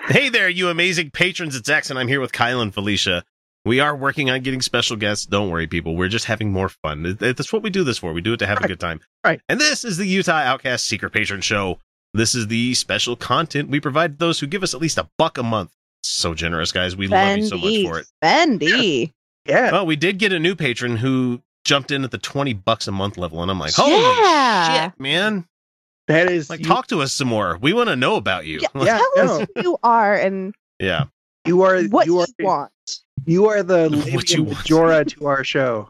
Hey there, you amazing patrons at Zax, and I'm here with Kyle and Felicia. We are working on getting special guests. Don't worry, people. We're just having more fun. It- it- That's what we do this for. We do it to have a Right. good time. Right. And this is the Utah Outcast Secret Patron Show. This is the special content we provide to those who give us at least a buck a month. So generous, guys. We love you so much Bendy, for it. Bendy. Yeah. Well, we did get a new patron who jumped in at the 20 bucks a month level, and I'm like, holy yeah. shit, man. That is Like, you, talk to us some more. We want to know about you. Yeah. Yeah, Tell us no. who you are and yeah. you are what you you, are want. you are the What Lady you want. Majora to our show.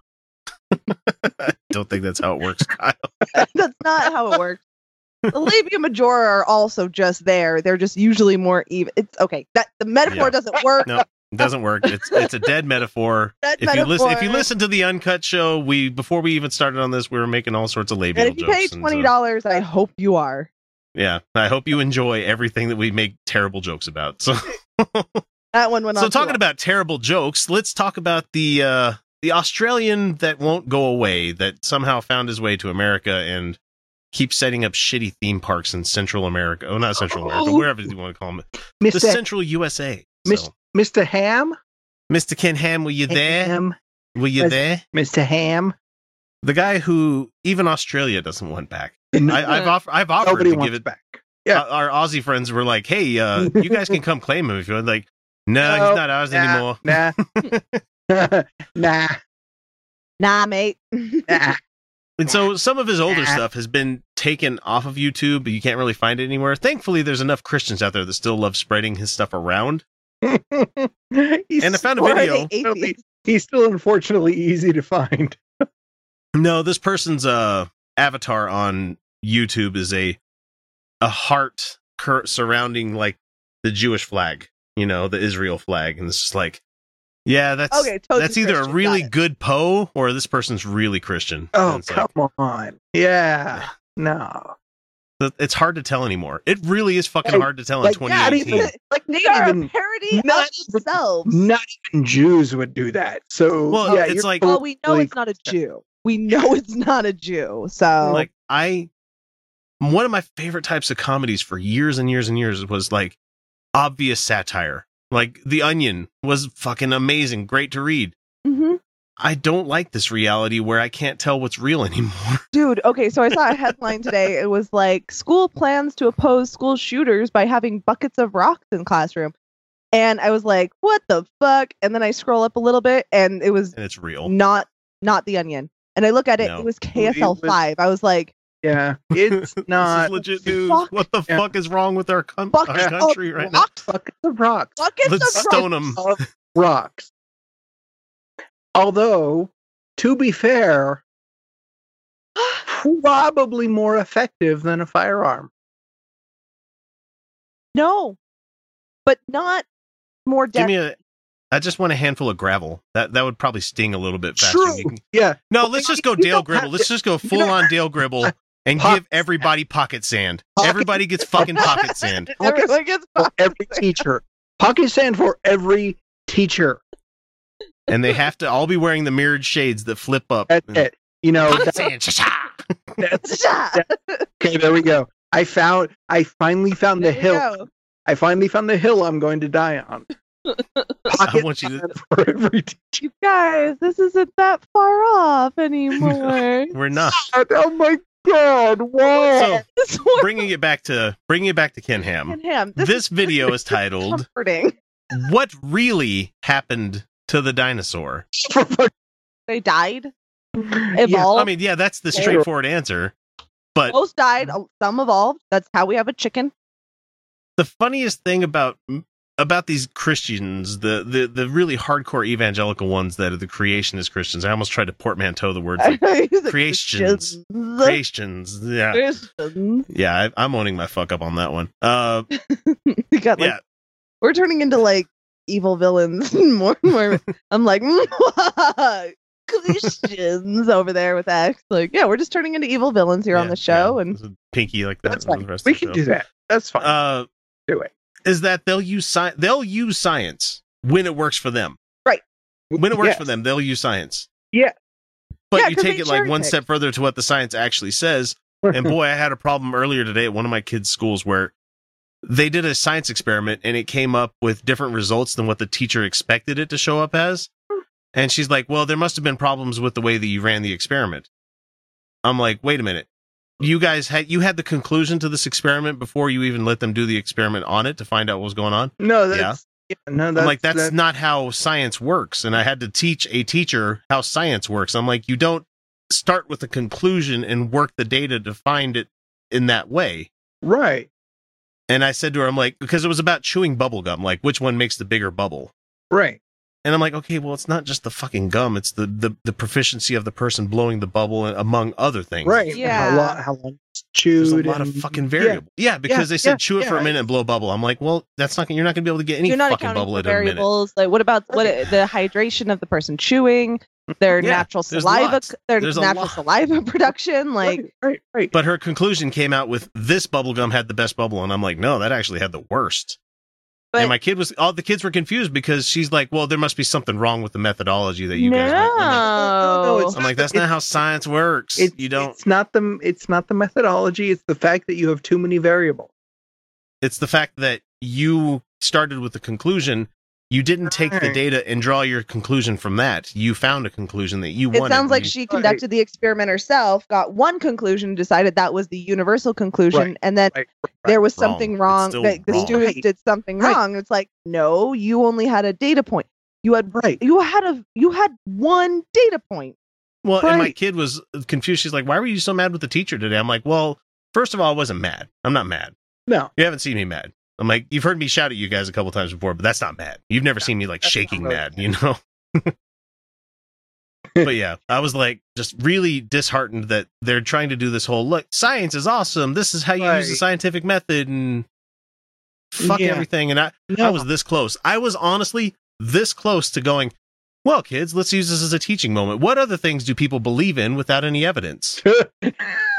Don't think that's how it works, Kyle. That's not how it works. The labia majora are also just there. They're just usually more even. It's okay. That the metaphor Yeah. doesn't work. No, it doesn't work. It's it's a dead metaphor. That If metaphor. you listen, if you listen to the uncut show, we before we even started on this, we were making all sorts of labial and if you jokes. pay and uh, so- twenty dollars, I hope you are. yeah, I hope you enjoy everything that we make terrible jokes about. So, That one went on. so too talking long. about terrible jokes, let's talk about the uh, the Australian that won't go away that somehow found his way to America and keeps setting up shitty theme parks in Central America. Oh, not Central America, Oh. wherever you want to call them, the Mr. Central USA. Mis- So, Mr. Ham? Mr. Ken Ham, were you there? Ham. Were you Yes. there? Mr. Ham. the guy who even Australia doesn't want back. I, I've offered, I've offered Nobody to wants give it. back. uh, Our Aussie friends were like, "Hey, uh, you guys can come claim him if you want." Like, no, No, he's not ours anymore. Nah. Nah. nah. nah, mate. Nah. And so, some of his older Nah. stuff has been taken off of YouTube, but you can't really find it anywhere. Thankfully, there's enough Christians out there that still love spreading his stuff around. He's And I found a Or are video. they atheists? He's still unfortunately easy to find. No, this person's uh, avatar on YouTube is a a heart cur- surrounding like the Jewish flag, you know, the Israel flag, and it's just like, yeah, that's Okay, totally that's either Christian, a really got it. good Poe or this person's really Christian. Oh, And it's, come like, on. Yeah. No. th- it's hard to tell anymore. It really is fucking Like- hard to tell like, in yeah, I mean, 2018. the- like they Not are even- a parody of not even- themselves. Not even Jews would do that. So Well, yeah, it's you're like- well, we know totally it's not a Jew. We know it's not a Jew. So like I one of my favorite types of comedies for years and years and years was like obvious satire. Like The Onion was fucking amazing, great to read. Mhm. I don't like this reality where I can't tell what's real anymore. Dude, okay, so I saw a headline today. It was like school plans to oppose school shooters by having buckets of rocks in classroom. And I was like, what the fuck? And then I scroll up a little bit and it was And it's real. not not the onion. And I look at it, No. it was KSL five. I was like, Yeah, it's This is not legit news. Fuck. What the Yeah. fuck is wrong with our, com- our buckets Yeah. country of right now? rocks. fuck the rocks. Buckets Let's of stone them. rocks. Of rocks. Although, to be fair, probably more effective than a firearm. No. But not more Give death. me a. I just want a handful of gravel. That that would probably sting a little bit faster. True. You can- Yeah, No, let's just go You don't Dale have Gribble. Let's just go you full don't- on Dale Gribble and Pocket give everybody pocket sand. Pocket- Everybody gets fucking pocket sand. pocket Everyone gets for fucked. every teacher. Pocket sand for every teacher. And they have to all be wearing the mirrored shades that flip up. That's it. You know, Pocket that- sand. Sha-sha! that's okay. There we go. I found. I finally found There the you hill. go. I finally found the hill I'm going to die on. I Pocket want you to. sand for every teacher. You guys, this isn't that far off anymore. We're not Oh my god! Wow. So- This one bringing it back to bringing it back to Ken Ham. and him. This, This video is is titled comforting. what really happened to the dinosaur? for fuck- They died. Yeah. Evolved. I mean, yeah, that's the Sure. straightforward answer. But Most died. uh, Some evolved. That's how we have a chicken. the funniest thing about about these Christians, the the the really hardcore evangelical ones that are the creationist Christians. I almost tried to portmanteau the words like creations. The creations. Yeah, Christians. yeah, I, I'm owning my fuck up on that one. Uh, We got, like, yeah, We're turning into like evil villains more and more. I'm like, Christians over there with X. Like, yeah, we're just turning into evil villains here on yeah, the show. yeah. And Pinky like that. That's with fine. the rest We of the show. can do that. That's fine. Uh, do it. is that they'll use sci- they'll use science when it works for them. When it works Yes. for them, they'll use science. Yeah. But Yeah, you 'cause take they it like one cherry-picked. step further to what the science actually says. And boy, I had a problem earlier today at one of my kids' schools where they did a science experiment and it came up with different results than what the teacher expected it to show up as. And she's like, "Well, there must have been problems with the way that you ran the experiment." I'm like, "Wait a minute. You guys had you had the conclusion to this experiment before you even let them do the experiment on it to find out what was going on?" No, Yeah. that's yeah. no, that's I'm like, that's that- not how science works. And I had to teach a teacher how science works. I'm like, you don't start with a conclusion and work the data to find it in that way. right. And I said to her, I'm like, because it was about chewing bubble gum, like which one makes the bigger bubble. Right. And I'm like, okay, well, it's not just the fucking gum; it's the the, the proficiency of the person blowing the bubble, and among other things. Right. and Yeah. How long how long it's chewed There's a lot of and- fucking yeah, variable. Yeah, because they said yeah, chew it for a yeah. minute and blow a bubble. I'm like, well, that's not you're not gonna be able to get any You're not fucking accounting bubble for in a minute. variables. Like, what about what the hydration of the person chewing? Their Yeah, natural there's saliva, lots. their There's a natural lot. saliva production, like right, right, right. But her conclusion came out with this bubblegum had the best bubble, and I'm like, no, that actually had the worst. But- and my kid was all the kids were confused because she's like, well, there must be something wrong with the methodology that you guys. went- I'm like- No, no, it's I'm like, that's not how science works. It's- you don't. It's, It's not the it's not the methodology. It's the fact that you have too many variables. the fact that you started with the conclusion. You didn't take the Right. data and draw your conclusion from that. You found a conclusion that you It wanted. sounds like You- she conducted the experiment herself, got one conclusion, decided that was the universal conclusion, Right, and then right, there was wrong. something It's wrong. still That the wrong. student Right. did something Right. wrong. It's like, no, you only had a data point. You had Right. you had a you had one data point. Well, and my Right. kid was confused. She's like, "Why were you so mad with the teacher today?" I'm like, "Well, first of all, I wasn't mad. I'm not mad. No. You haven't seen me mad. I'm like, you've heard me shout at you guys a couple times before, but that's not mad. You've never seen me like that's shaking not really mad, you know." but yeah, I was like just really disheartened that they're trying to do this whole look. Science is awesome. This is how you use the Right. scientific method and fuck Yeah. everything. And I, No. I was this close. I was honestly this close to going, well, kids, let's use this as a teaching moment. What other things do people believe in without any evidence?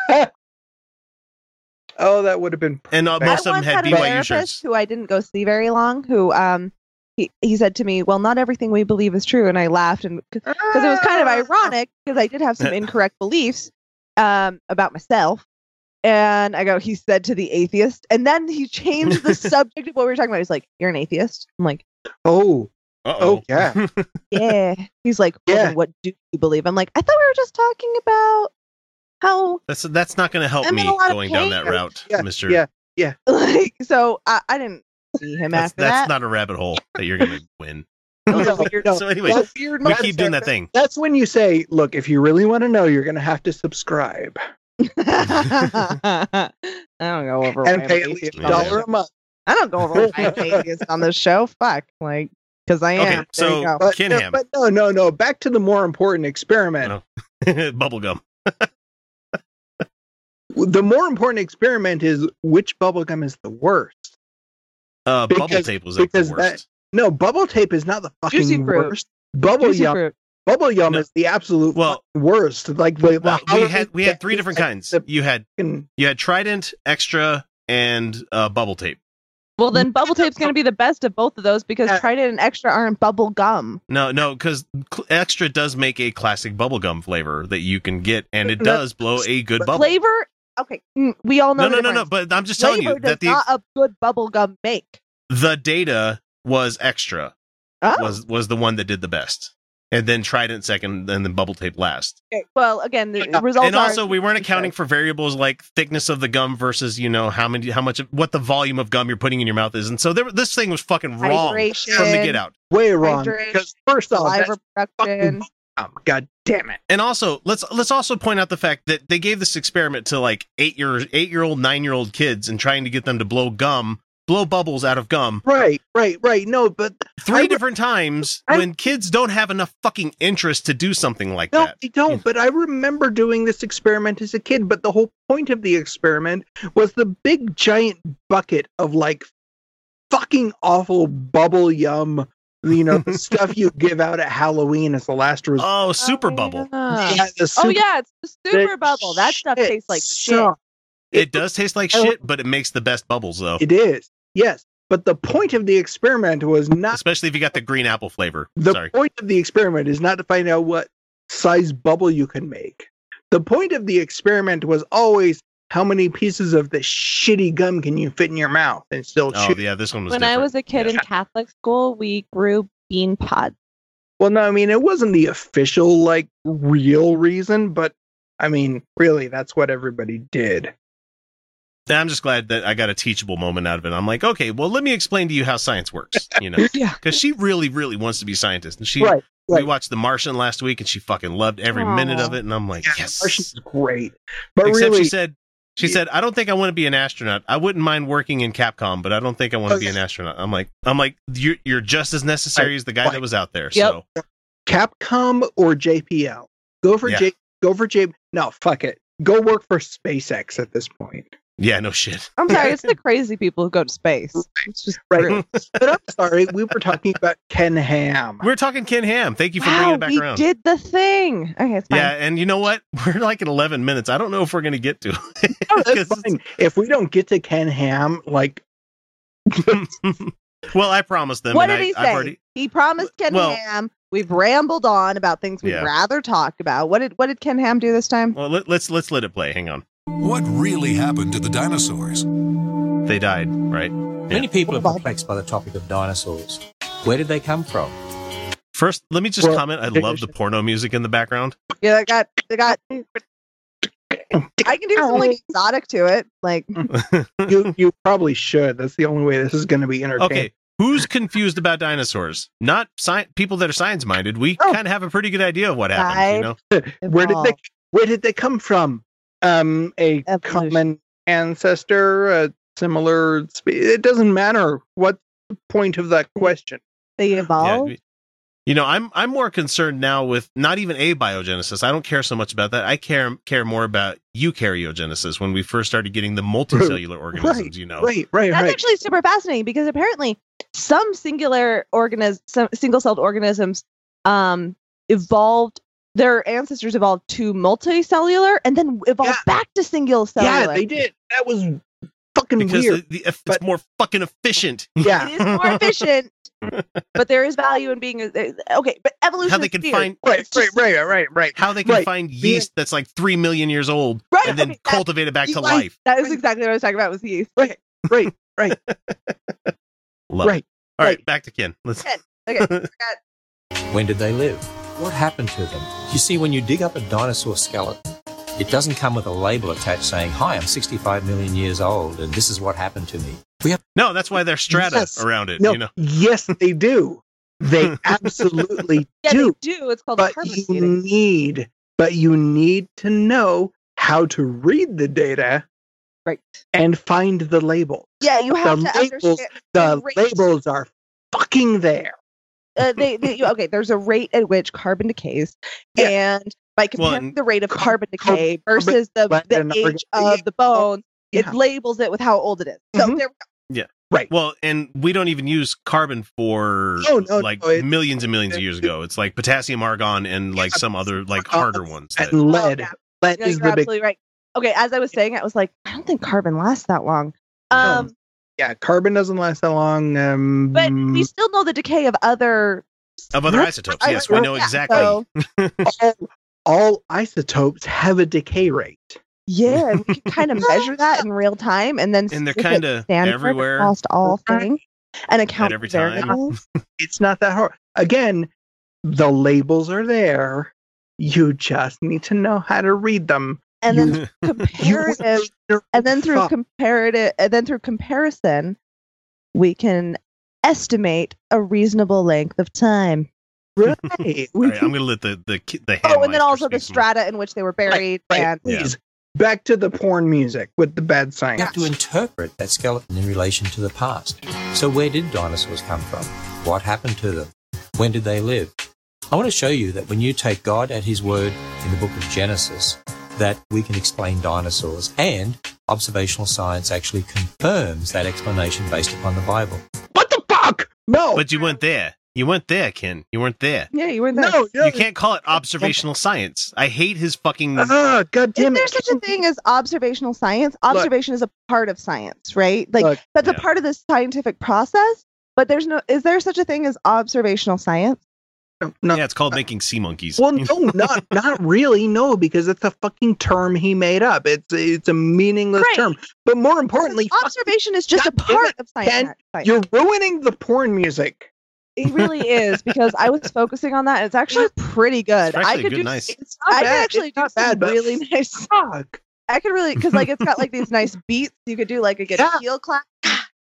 oh, that would have been And uh, Right. most I of them once had had, a BYU therapist shirts. who I didn't go see very long. Who um he, he said to me, "Well, not everything we believe is true," and I laughed and because it was kind of Ah. ironic because I did have some incorrect beliefs um, about myself. And I go, he said to the atheist. And then he changed the subject of what we were talking about. He's like, You're an atheist? I'm like, Oh, Uh-oh. Oh, yeah. Yeah. He's like, well, Yeah. then What do you believe? I'm like, I thought we were just talking about how, that's that's not going to help I'm me in a lot of going down that pain. route, Yeah, Mister. yeah. like, so I, I didn't see him That's, after that's that. not a rabbit hole that you're going to win. Those are No, weird- no. So anyway, that's weird. we That's- keep doing that thing. That's when you say, "Look, if you really want to know, you're going to have to subscribe I don't go over and why I'm pay at an least atheist a Yeah. on this dollar a month." I don't go over why I'm an atheist on this show. Fuck. Like, because I am. Okay, There so- you go. But Kin no, him. but no, no, no. Back to the more important experiment. Bubblegum. The more important experiment is which bubblegum is the worst. Uh, bubble Because- tape was like the because worst. that- No, bubble tape is not the fucking Juicy fruit. worst. Bubble Juicy yum, fruit. bubble yum No. is the absolute Well- fucking worst. Like the, the Well, Uh, we Halloween had we had three candy different and kinds. the You had fucking- you had Trident, Extra, and uh, bubble tape. Well, then bubble tape's going to be the best of both of those because Yeah. Trident and Extra aren't bubble gum. No, no, because cl- extra does make a classic bubblegum flavor that you can get, and it No, does blow a good bubble. Flavor, okay, mm, we all know. no, no, the no, no. difference. But I'm just telling Flavor you that the does not a good bubble gum make. the data was extra Oh, was was the one that did the best, and then Trident second, and then Bubble Tape last. okay. Well, again, the Yeah. results and also, are we weren't accounting for variables like thickness of the gum versus you know how many how much of- what the volume of gum you're putting in your mouth is, and so there, this thing was fucking wrong hydration, from the get out. way wrong. Hydration, Because first off, that's saliva fucking production. bubblegum. God damn it. and also let's let's also point out the fact that they gave this experiment to like eight year eight year old nine year old kids and trying to get them to blow gum blow bubbles out of gum Right, right, right. No, but three I- different times I- when kids don't have enough fucking interest to do something like No, that I don't. But I remember doing this experiment as a kid. But the whole point of the experiment was the big giant bucket of like fucking awful bubble yum. You know, the stuff you give out at Halloween as the last resort. oh super bubble Yeah. Yeah, the Oh super- yeah, it's the the super bubble. That stuff shit tastes like shit. sucked. it does taste like I- shit but it makes the best bubbles though It is. Yes. But the point of the experiment was not especially if you got the green apple flavor The sorry point of the experiment is not to find out what size bubble you can make. The point of the experiment was always how many pieces of this shitty gum can you fit in your mouth and still Oh chew? yeah, this one was. when different. I was a kid in Yeah. Catholic school, we grew bean pods. Well, no, I mean it wasn't the official like real reason, but I mean really that's what everybody did. And I'm just glad that I got a teachable moment out of it. I'm like, okay, well, let me explain to you how science works. You know, Yeah. because she really, really wants to be a scientist, and she right. we watched The Martian last week, and she fucking loved every Aw. minute of it. And I'm like, Yeah, yes. Martian's great, but Except really, she said, she Yeah. said, I don't think I want to be an astronaut. I wouldn't mind working in Capcom, but I don't think I want to Oh, be yeah. an astronaut. I'm like, I'm like, you're you're just as necessary as the guy that Right. was out there. Yep. So Capcom or JPL. Go for Yeah. J. Go for J. No, fuck it. Go work for SpaceX at this point. yeah, no shit. I'm sorry, it's the crazy people who go to space. It's just Right. rude. But I'm sorry, we were talking about Ken Ham. We We're talking Ken Ham. Thank you for bringing Wow, it back we around. did the thing. Okay, it's fine. yeah, and you know what? We're like at 11 minutes. I don't know if we're gonna get to it. Oh, No, that's 'Cause fine. If we don't get to Ken Ham, like well, I promised them. what and did I, he I've say? already- He promised Ken Well- Ham. We've rambled on about things we'd Yeah. rather talk about. What did what did Ken Ham do this time? well, let, let's let's let it play. Hang on. What really happened to the dinosaurs? They died, right? Many people are perplexed by the topic of dinosaurs. Where did they come from? First, let me just Well, comment. I love the porno music in the background. Yeah, they got they got. I can do something exotic to it, like you, you probably should. That's the only way this is going to be entertaining. Okay. Who's confused about dinosaurs? Not sci- people that are science minded. We Oh. kind of have a pretty good idea of what happened, you Right. know? Where did they evolve. Where did they come from? Um, a Evolution. common ancestor, a similar. Spe- it doesn't matter what the point of that question. they Yeah, evolve? we- you know, I'm I'm more concerned now with not even abiogenesis. I don't care so much about that. I care care more about eukaryogenesis when we first started getting the multicellular organisms, you know. Right, right, That's right. actually super fascinating because apparently some singular organism, some single-celled organisms, um, evolved. Their ancestors evolved to multicellular and then evolved Yeah. back to single yeah, cellular. they did. That was fucking Because weird. the, the, it's but- more fucking efficient. yeah, It is more efficient, but there is value in being okay. But evolution, How they is can weird. find right, It's right, just- right, right, right. how they can Right. find Being- yeast that's like three million years old Right, and then okay, that- cultivate it back to Yeast. life. That is exactly what I was talking about. Was yeast? Love it. Right, All right, right. back to Ken. Let's When did they live? What happened to them? You see, when you dig up a dinosaur skeleton, it doesn't come with a label attached saying, Hi, I'm 65 million years old and this is what happened to me. No, that's why there's strata Yes. around it, No, you know. yes, they do. They absolutely Yeah, do. they do. It's called but carbon you dating. need but you need to know how to read the data Right. and find the label Yeah, you have the to labels- understand. the Great. labels are fucking there Uh, they, they, you- okay, there's a rate at which carbon decays, Yeah. and by comparing and the rate of car- carbon car- decay carbon- versus the, but the they're not age organic. of the bone, Yeah. it labels it with how old it is. So Mhm. there, Well, and we don't even use carbon for No, no, like no, it- millions and millions of years ago. It's like potassium argon and like Yeah, some other like argon harder ones. That, and lead yeah. lead yeah, is you're the big absolutely right. Okay, as I was saying, I was like, I don't think carbon lasts that long. Um, yeah carbon doesn't last that long um but we still know the decay of other. of other Right, isotopes. right, Yes, we right, know yeah, exactly. so- all, all isotopes have a decay rate Yeah, and we can kind of measure that in real time, and then And they're look at kinda Stanford everywhere. across all Right. things, and account every for time. variables. it's not that hard again the labels are there you just need to know how to read them and then You will comparative never and then through fuck. comparative and then through comparison we can estimate a reasonable length of time Right. All We right, I'm can- gonna let the the ki- the oh and Handmeister then also the speak some- strata in which they were buried right, and Yeah. please. Back to the porn music with the bad You have science. to interpret that skeleton in relation to the past. So, where did dinosaurs come from? What happened to them? When did they live? I want to show you that when you take God at His word in the book of Genesis, that we can explain dinosaurs, and observational science actually confirms that explanation based upon the Bible. What the fuck? No, But you went there. You went there, Ken. You weren't there. yeah you were there no, no. You can't call it observational science. I hate his fucking. Uh-huh. Ah, God is damn there it! such a thing as observational science observation is a part of science right like Look. that's Yeah. a part of the scientific process but there's no is there such a thing as observational science No, no. yeah, it's called making sea monkeys. Well, no, not not really. No, because it's a fucking term he made up. It's it's a meaningless Right. term. But more importantly, fuck, Observation is just a God damn part it, of science. Ken, not science. you're ruining the porn music. It really is because I was focusing on that. and It's actually pretty good. It's actually I could good, do. nice. It's not I could bad. actually it's do not some bad, but really nice. fuck. I could really because like it's got like these nice beats. You could do like a good Yeah. heel clap.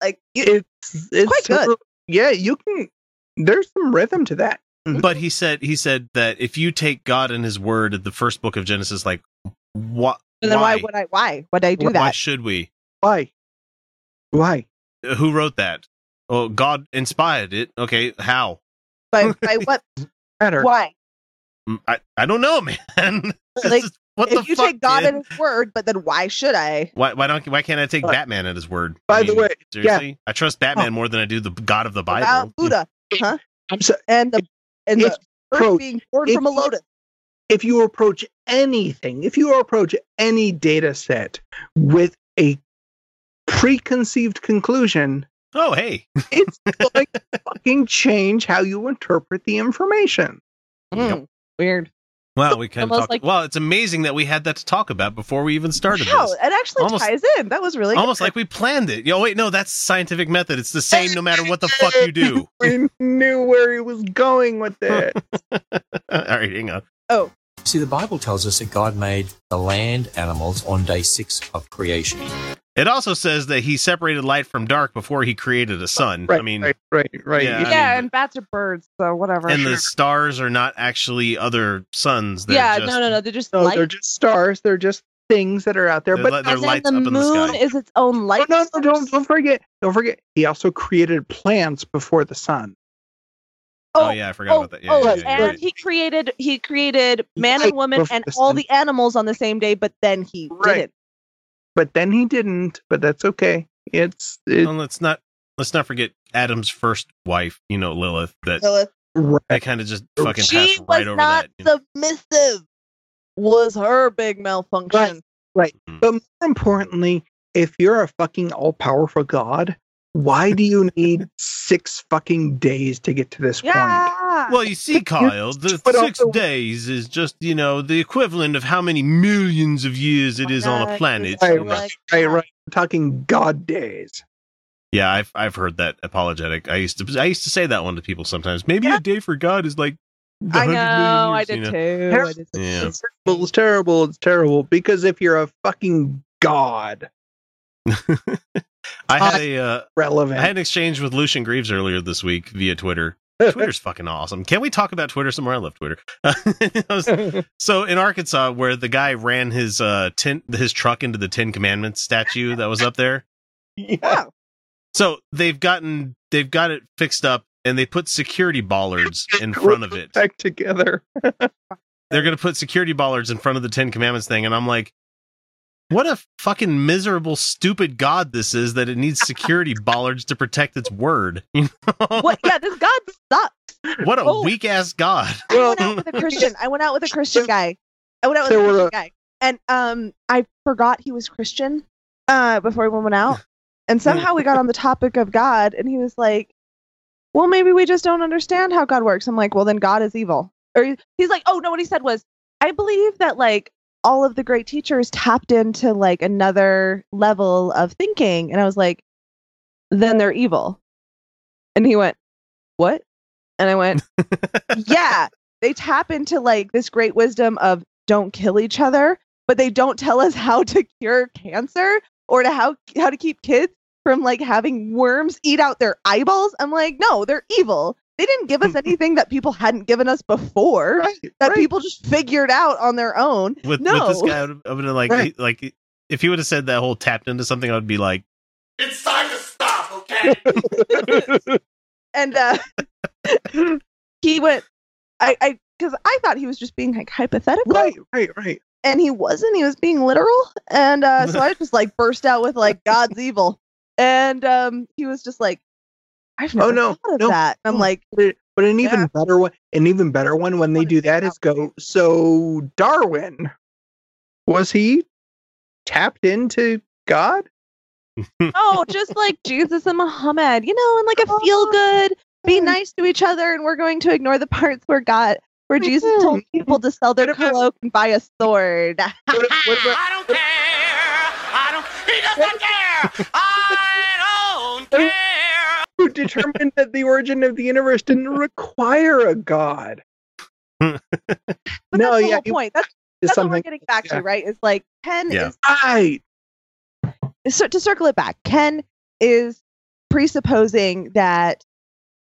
Like you, It's it's Quite good. super- Yeah, you can. There's some rhythm to that. but he said he said that if you take God and His word at the first book of Genesis, like what? and then why? why would I? Why would I do why that? should we? Why? Why? Uh, Who wrote that? Oh, God inspired it. Okay, how? by by what? Matter. Why? Mm, I I don't know, man. This Like, is- what the If you fuck? take God dude? at His word, but then why should I? why why don't why can't I take But- Batman at his word? By I the mean, way, yeah. seriously, I trust Batman more than I do the God of the Bible. About Buddha I'm so, and the and if, the earth pro- being poured if from a you- lotus. if you approach anything, if you approach any data set with a preconceived conclusion, Oh hey, it's going to fucking change how you interpret the information. Mm, Weird. wow, we kind of Almost talked. like- well, it's amazing that we had that to talk about before we even started Wow, this. it actually Almost- ties in. That was really good. Almost like we planned it. Yo, wait, no, that's scientific method. It's the same no matter what the fuck you do. We knew where he was going with it. All right, hang on. See, the Bible tells us that God made the land animals on day six of creation. It also says that he separated light from dark before he created a sun. Right, I mean, right, right, right. yeah, I mean, yeah, but- and bats are birds, so whatever. and the stars are not actually other suns. They're yeah, just, no, no, no. They're just No, light. they're just stars. They're just things that are out there. They're but li- they're And then lights the up in the moon sky. is its own light. no, no, no, don't source. don't forget. Don't forget. He also created plants before the sun. Oh, yeah, I forgot oh, about that. Yeah, oh, yeah, yeah, yeah. and he created he created man Right and woman before and the all sun. the animals on the same day, but then he Right. didn't. But then he didn't. But that's okay. It's it, And let's not let's not forget Adam's first wife, you know, Lilith. That I right. kind of just fucking she passed was right over not that. you know. submissive. Was her big malfunction? But more importantly, if you're a fucking all powerful god, why do you need six fucking days to get to this point? Yeah. Well, you see, Kyle, the But six also- days is just, you know, the equivalent of how many millions of years it is on a planet. Right, you know. right, right, right. We're talking god days. Yeah, I've I've heard that apologetic. I used to I used to say that one to people sometimes. Maybe Yeah. a day for God is like the I 100 know. million I years, did you know? too. I did too. Yeah. It's terrible, it's terrible, it's terrible. Because if you're a fucking god, I had a uh, I relevant. had an exchange with Lucian Greaves earlier this week via Twitter. Twitter's fucking awesome. Can we talk about Twitter some more? I love Twitter. I was- so in Arkansas, where the guy ran his uh tin his truck into the Ten Commandments statue that was up there, yeah. So they've gotten they've got it fixed up and they put security bollards in front of it. Back together. They're gonna put security bollards in front of the Ten Commandments thing, and I'm like, what a fucking miserable, stupid god this is that it needs security bollards to protect its word. You know? What? Yeah, this God sucks. What a Oh. weak ass god. I Well, went out with a Christian. I went out with a Christian guy. I went out with There a were Christian a- guy, and um, I forgot he was Christian uh, before we went out, and somehow we got on the topic of God, and he was like, "Well, maybe we just don't understand how God works." I'm like, "Well, then God is evil," or he- he's like, "Oh no," what he said was, "I believe that like." All of the great teachers tapped into like another level of thinking, and I was like, "Then they're evil." And he went, "What?" And I went, yeah, they tap into like this great wisdom of don't kill each other, but they don't tell us how to cure cancer or to how how to keep kids from like having worms eat out their eyeballs. I'm like, no, they're evil. They didn't give us anything that people hadn't given us before right, that right. people just figured out on their own. With with No. this guy I would have been like Right. he- like if he would have said that whole tapped into something, I would be like, It's time to stop, okay? and uh he went I I because I thought he was just being like hypothetical. right, right, right. and he wasn't he was being literal and uh so i just like burst out with like god's evil and um he was just like i've never Oh, no, thought of no, Hmm. that i'm no. like But but an even Yeah. better one, an even better one when they do that is go. So Darwin, was he tapped into God? Hmm. oh just like jesus and muhammad you know and like a feel good be nice to each other and we're going to ignore the parts where God where Jesus told people to sell their What about- cloak and buy a sword. What- what about- I don't care. I don't. He doesn't care. I don't care. who determined that the origin of the universe didn't require a god? But No, that's the yeah, whole you- point. That's, Is that's what we're something getting back yeah. to, right? Is like Ken Yeah. right? is so to circle it back, Ken is presupposing that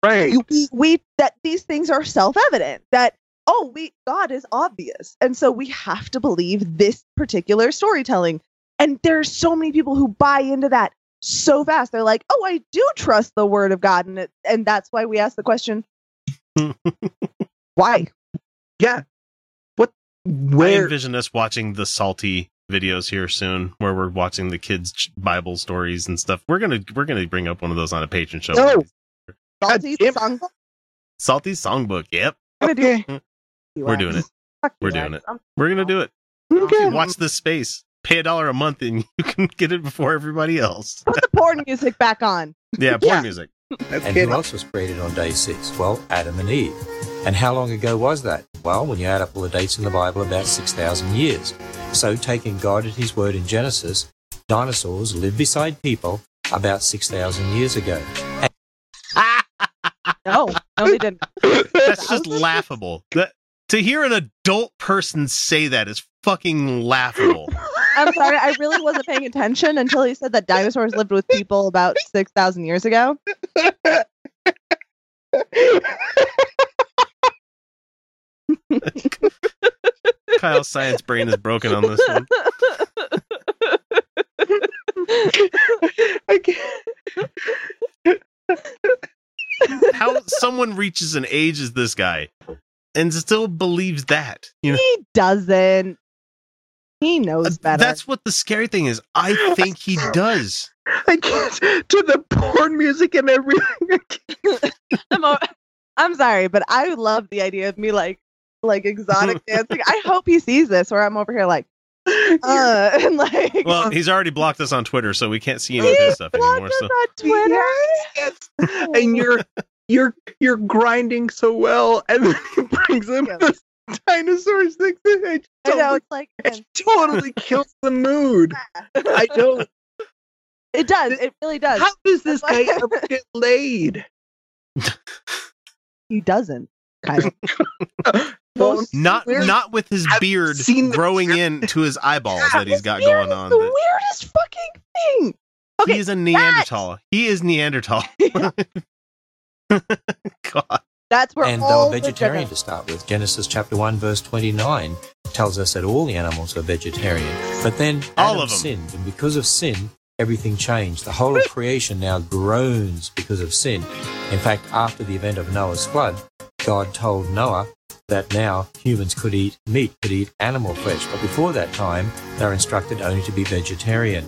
Right. you- we, we that these things are self-evident that oh we god is obvious and so we have to believe this particular storytelling and there are so many people who buy into that so fast they're like oh i do trust the word of god and it, and that's why we ask the question why Yeah. What? I Where? envision us watching the salty videos here soon, where we're watching the kids' ch- Bible stories and stuff. We're gonna we're gonna bring up one of those on a patron show. No. God Salty damn it. song- Salty songbook. Yep, Okay. you Mm. We're ass. doing it. Fuck We're you, doing ass. it. we're gonna do it. Okay. Watch this space. Pay a dollar a month and you can get it before everybody else. put the porn music back on Yeah, porn music. That's and kidding. who else was created on day six? Well, Adam and Eve. And how long ago was that? Well, when you add up all the dates in the Bible, about 6,000 years. So, taking God at His word in Genesis, dinosaurs lived beside people about 6,000 years ago. no no they didn't That's just Thousands? laughable. That, to hear an adult person say that is fucking laughable. i'm sorry i really wasn't paying attention until he said that dinosaurs lived with people about 6000 years ago Kyle's science brain is broken on this one. I can't- How someone reaches an age as this guy and still believes that. You know, He doesn't. He knows better. that's what the scary thing is. I think he does. I can't to the porn music and everything. I'm, o- I'm sorry, but I love the idea of me like like exotic dancing. I hope he sees this, or I'm over here like uh, and like Well, he's already blocked us on Twitter, so we can't see any of his stuff anymore. blocked us So on Twitter. Yes. and you're you're you're grinding so well, and then he brings him Yeah. this dinosaurs thing. It I know totally, it's like it totally kills the mood. I don't. it does. It really does. How does this guy That's why- ever get laid? he doesn't. Kind of. Well, not Weird. not with his I've beard seen the- growing in to his eyeballs that he's got Weird going is on. The that- weirdest fucking thing. Okay, He's a Neanderthal. He is Neanderthal. God. That's where and they all were the vegetarian different- to start with. Genesis chapter 1, verse 29 tells us that all the animals were vegetarian. But then All Adam of 'em. sinned, and because of sin, everything changed. The whole of creation now groans because of sin. In fact, after the event of Noah's flood, God told Noah that now humans could eat meat, could eat animal flesh. But before that time, they were instructed only to be vegetarian.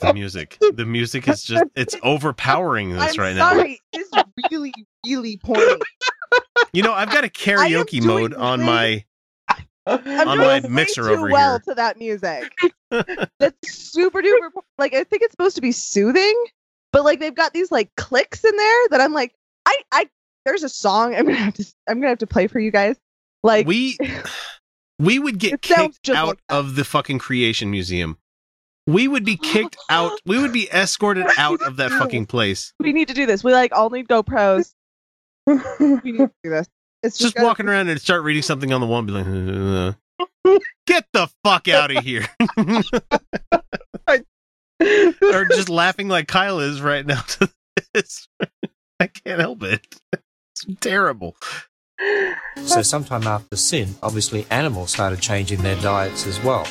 The music. The music is just it's overpowering this I'm right now. sorry, now. It's really, really pointy. You know, I've got a karaoke doing mode on my I'm on doing my way mixer too over well here. to that music. That's super duper. Like I think it's supposed to be soothing, but like they've got these like clicks in there that I'm like, I, I. There's a song I'm gonna have to. I'm gonna have to play for you guys. Like we we would get It sounds kicked just out like that. of the fucking creation museum. We would be kicked out. We would be escorted out of that fucking place. we need to do this. We like all need GoPros. We need to do this. It's Just just, gotta- walking around and start reading something on the wall and be like, "Uh, get the fuck out of here. or just laughing like Kyle is right now to this. I can't help it. It's terrible. So, sometime after sin, obviously animals started changing their diets as well.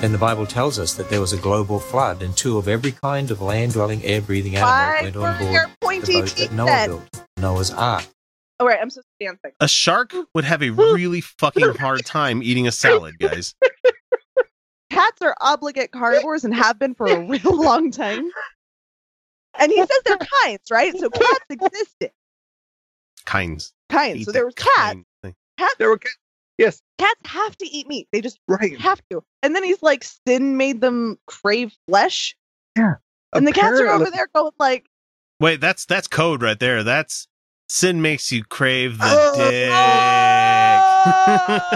Then the Bible tells us that there was a global flood, and two of every kind of land dwelling, air breathing animal Why went on were your board the pointy boat teeth that Noah then? built, Noah's Ark. All right, I'm supposed to dance. A shark would have a really fucking hard time eating a salad, guys. cats are obligate carnivores and have been for a real long time. And he says they're kinds, right? So cats existed. Kinds. Kinds. Eat So the there was cats. kind thing. there were yes, Cats have to eat meat. They just right. have to. And then he's like, sin made them crave flesh. And the cats are over Apparently- there going like, Wait, that's that's code right there. That's sin makes you crave the Oh. dick.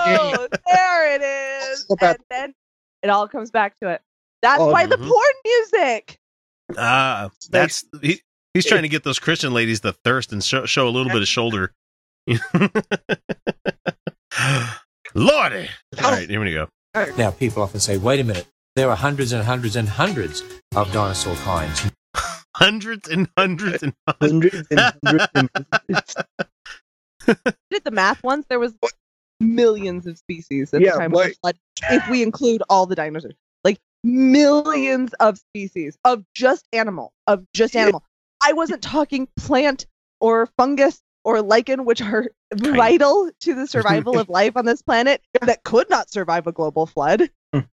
Oh, there it is. It's And about- then it all comes back to it. That's Oh, why the mhm. porn music. Ah, that's he, he's trying to get those Christian ladies to thirst and show, show a little bit of shoulder. Lordy! All right, here we go. Now, people often say, wait a minute, there are hundreds and hundreds and hundreds of dinosaur kinds. Hundreds and hundreds and hundreds. Hundreds and hundreds and hundreds. I did the math once. There was millions of species at Yeah, the time of the like- flood. If we include all the dinosaurs, like millions of species of just animal, of just Yeah. animal. I wasn't talking plant or fungus or lichen, which are Kind. vital to the survival of life on this planet that could not survive a global flood. Mm.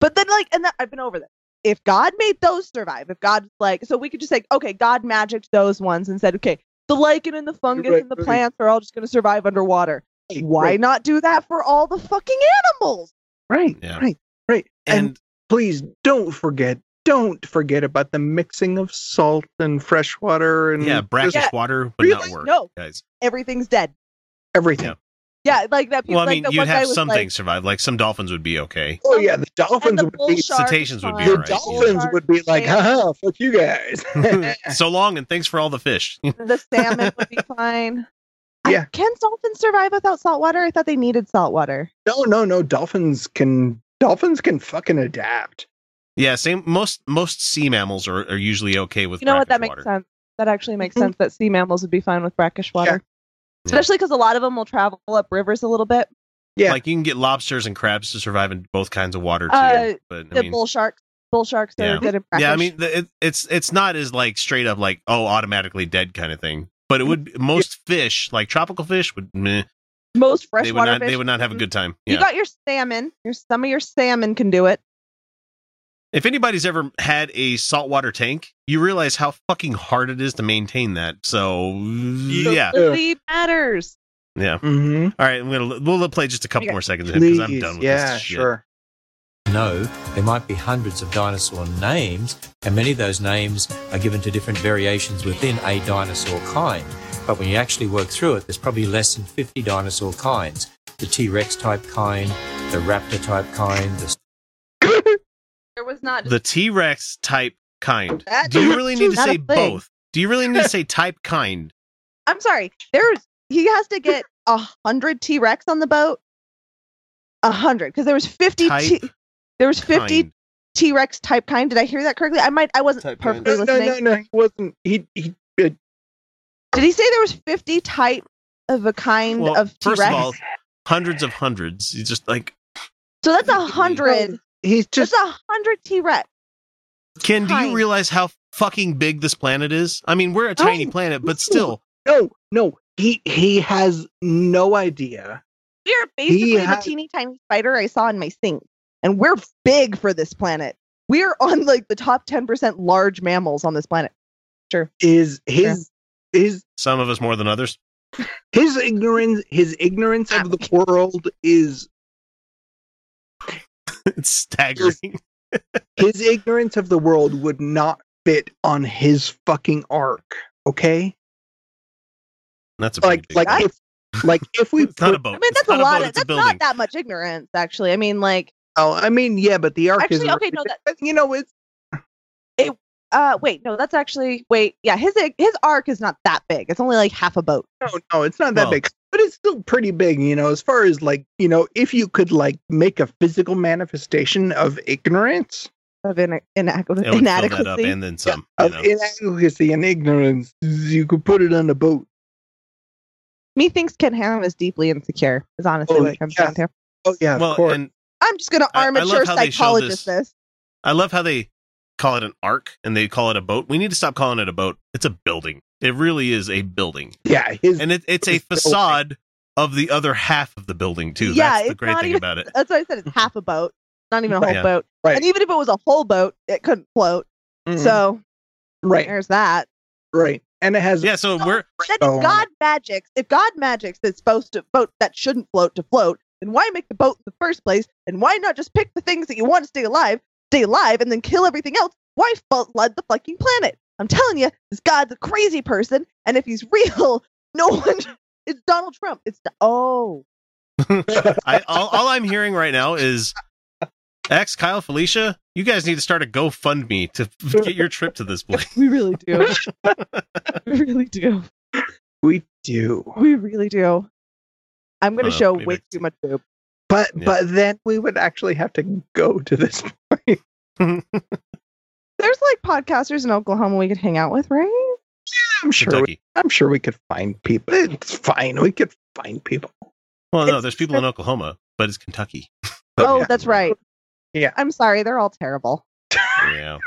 but then, like, and that, I've been over that. If God made those survive, if God like, so we could just say, okay, God magicked those ones and said, okay, the lichen and the fungus Right, and the right. plants are all just going to survive underwater. Why Right, not do that for all the fucking animals? right, Yeah. right, right. And, And please don't forget, don't forget about the mixing of salt and fresh water and yeah, brackish just Yeah. water would not Really? work, No. guys. Everything's dead. everything. Yeah. Yeah, like that. Well, I like mean, that you'd one guy have was some like, things survive. Like some dolphins would be okay. Oh yeah, the And dolphins the would bull be shark Cetaceans would be is the all right, fine. dolphins Shark would be is like, fine. haha, fuck you guys. so long, and thanks for all the fish. The salmon would be fine. I- Yeah. can dolphins survive without salt water? I thought they needed salt water. no, no, no. Dolphins can dolphins can fucking adapt. yeah, same. Most most sea mammals are, are usually okay with You know what? That brackish makes water. sense. That actually makes Mhm. sense that sea mammals would be fine with brackish water. Mm-hmm. Yeah. Especially because a lot of them will travel up rivers a little bit. Yeah. Like you can get lobsters and crabs to survive in both kinds of water too. Uh, but I the mean, bull sharks, bull sharks are Yeah. good at brackish. yeah, I mean, the, it, it's it's not as like straight up like oh automatically dead kind of thing. But Mm-hmm. it would most fish like tropical fish would meh, most they would freshwater not fish. Mm-hmm. they would not have a good time. You Yeah. got your salmon. Your some of your salmon can do it. if anybody's ever had a saltwater tank, you realize how fucking hard it is to maintain that. So yeah, Lily matters. yeah. Mm-hmm. All right, I'm gonna we'll let play just a couple Okay. more seconds because Please, I'm done with yeah, this shit. sure. No, there might be hundreds of dinosaur names, and many of those names are given to different variations within a dinosaur kind. But when you actually work through it, there's probably less than 50 dinosaur kinds the T Rex type kind, the raptor type kind, the There was not The T Rex type kind. that. Do you really need to Not a say thing. both? Do you really need to say type kind? I'm sorry. There's he has to get a hundred T Rex on the boat. A hundred, because there was fifty. Type T- there was fifty kind. T Rex type kind. Did I hear that correctly? I might. I wasn't Type kind. perfectly No, no, listening. no, no. He wasn't. He he. uh, Did he say there was fifty type of a kind Well, of T first of all, Rex? hundreds of hundreds. You just like So that's a hundred. He's just That's a hundred T Rex. Ken, do you Tiny. realize how fucking big this planet is? I mean, we're a tiny Oh, planet, but no. still, no, no. He he has no idea. You're basically the had- teeny tiny spider I saw in my sink, and we're big for this planet. We're on like the top ten percent large mammals on this planet. Is his his some of us more than others. his ignorance his ignorance of the world is It's staggering. his ignorance of the world would not fit on his fucking arc. Okay, That's a pretty like big like boat. if like if we it's not a put, boat. I mean, Oh, It's that's not a lot. boat, of, it's a that's building. not that much ignorance, actually. I mean, like, oh I mean yeah, but the arc Actually, is okay, no, you know it's uh, wait, no, that's actually wait, yeah, his his arc is not that big. It's only like half a boat. no Oh, no it's not that Well- big, but it's still pretty big. You know, as far as like you know, if you could like make a physical manifestation of ignorance Of in, inadequ- It would fill that up inadequacy. and then some. of you know. inadequacy and ignorance, you could put it on a boat. Me thinks Ken Ham is deeply insecure. Is honestly Oh, what it comes yeah. down to. Oh yeah, of well, course. and I'm just gonna I- I love armature how they show psychologist this. this. I love how they call it an arc and they call it a boat. We need to stop calling it a boat. It's a building. It really is a building, yeah, his and it, it's a It's a building. facade of the other half of the building too. Yeah, that's the it's great not thing even- about it. That's why I said it's half a boat, not even a whole Yeah. boat. Right. And even if it was a whole boat, it couldn't float. Mhm. Mm-hmm. mm. So right, there's that. right, and it has Yeah, so we're Then Oh. if God magics, if God magics that's supposed to boat that shouldn't float to float, then why make the boat in the first place? And why not just pick the things that you want to stay alive, stay alive, and then kill everything else? Why flood the fucking planet? I'm telling you, this God's a crazy person, and if he's real, no one. It's Donald Trump. It's the, oh, I, all, all I'm hearing right now is ex Kyle Felicia. You guys need to start a GoFundMe to get your trip to this place. we really do. we really do. We do. We really do. I'm gonna Uh, show wait a way minute. too much boob. But Yeah. but then we would actually have to go to this point. There's like podcasters in Oklahoma we could hang out with, right? I'm sure. We, Kentucky. I'm sure we could find people. It's fine. We could find people. Well, no, It's- there's people in Oklahoma, but it's Kentucky. Oh, yeah. that's right. Yeah. I'm sorry, they're all terrible. Yeah.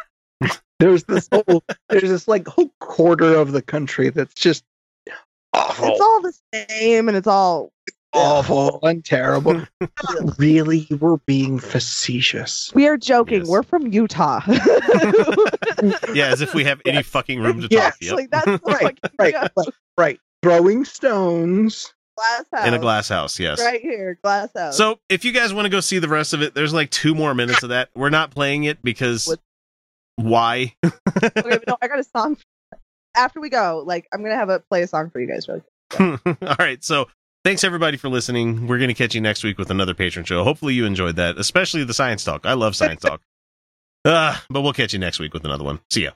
There's this whole. there's this like whole quarter of the country that's just awful, It's all the same, and it's all awful, and terrible. Not really, you were being facetious. we are joking. Yes. We're from Utah. Yeah, as if we have any fucking room to Yes, talk. Yep. Like that's the Right, fucking right, joke. right, right. Throwing stones. glass house. in a glass house, yes. Right here, glass house. So if you guys want to go see the rest of it, there's like two more minutes of that. We're not playing it because What? why? okay, but no, I got a song. After we go, like I'm gonna have a play a song for you guys. Really. All right. So thanks everybody for listening. We're going to catch you next week with another patron show. Hopefully you enjoyed Ah, that, especially the science talk. I love science talk. Uh, but we'll catch you next week with another one. See ya.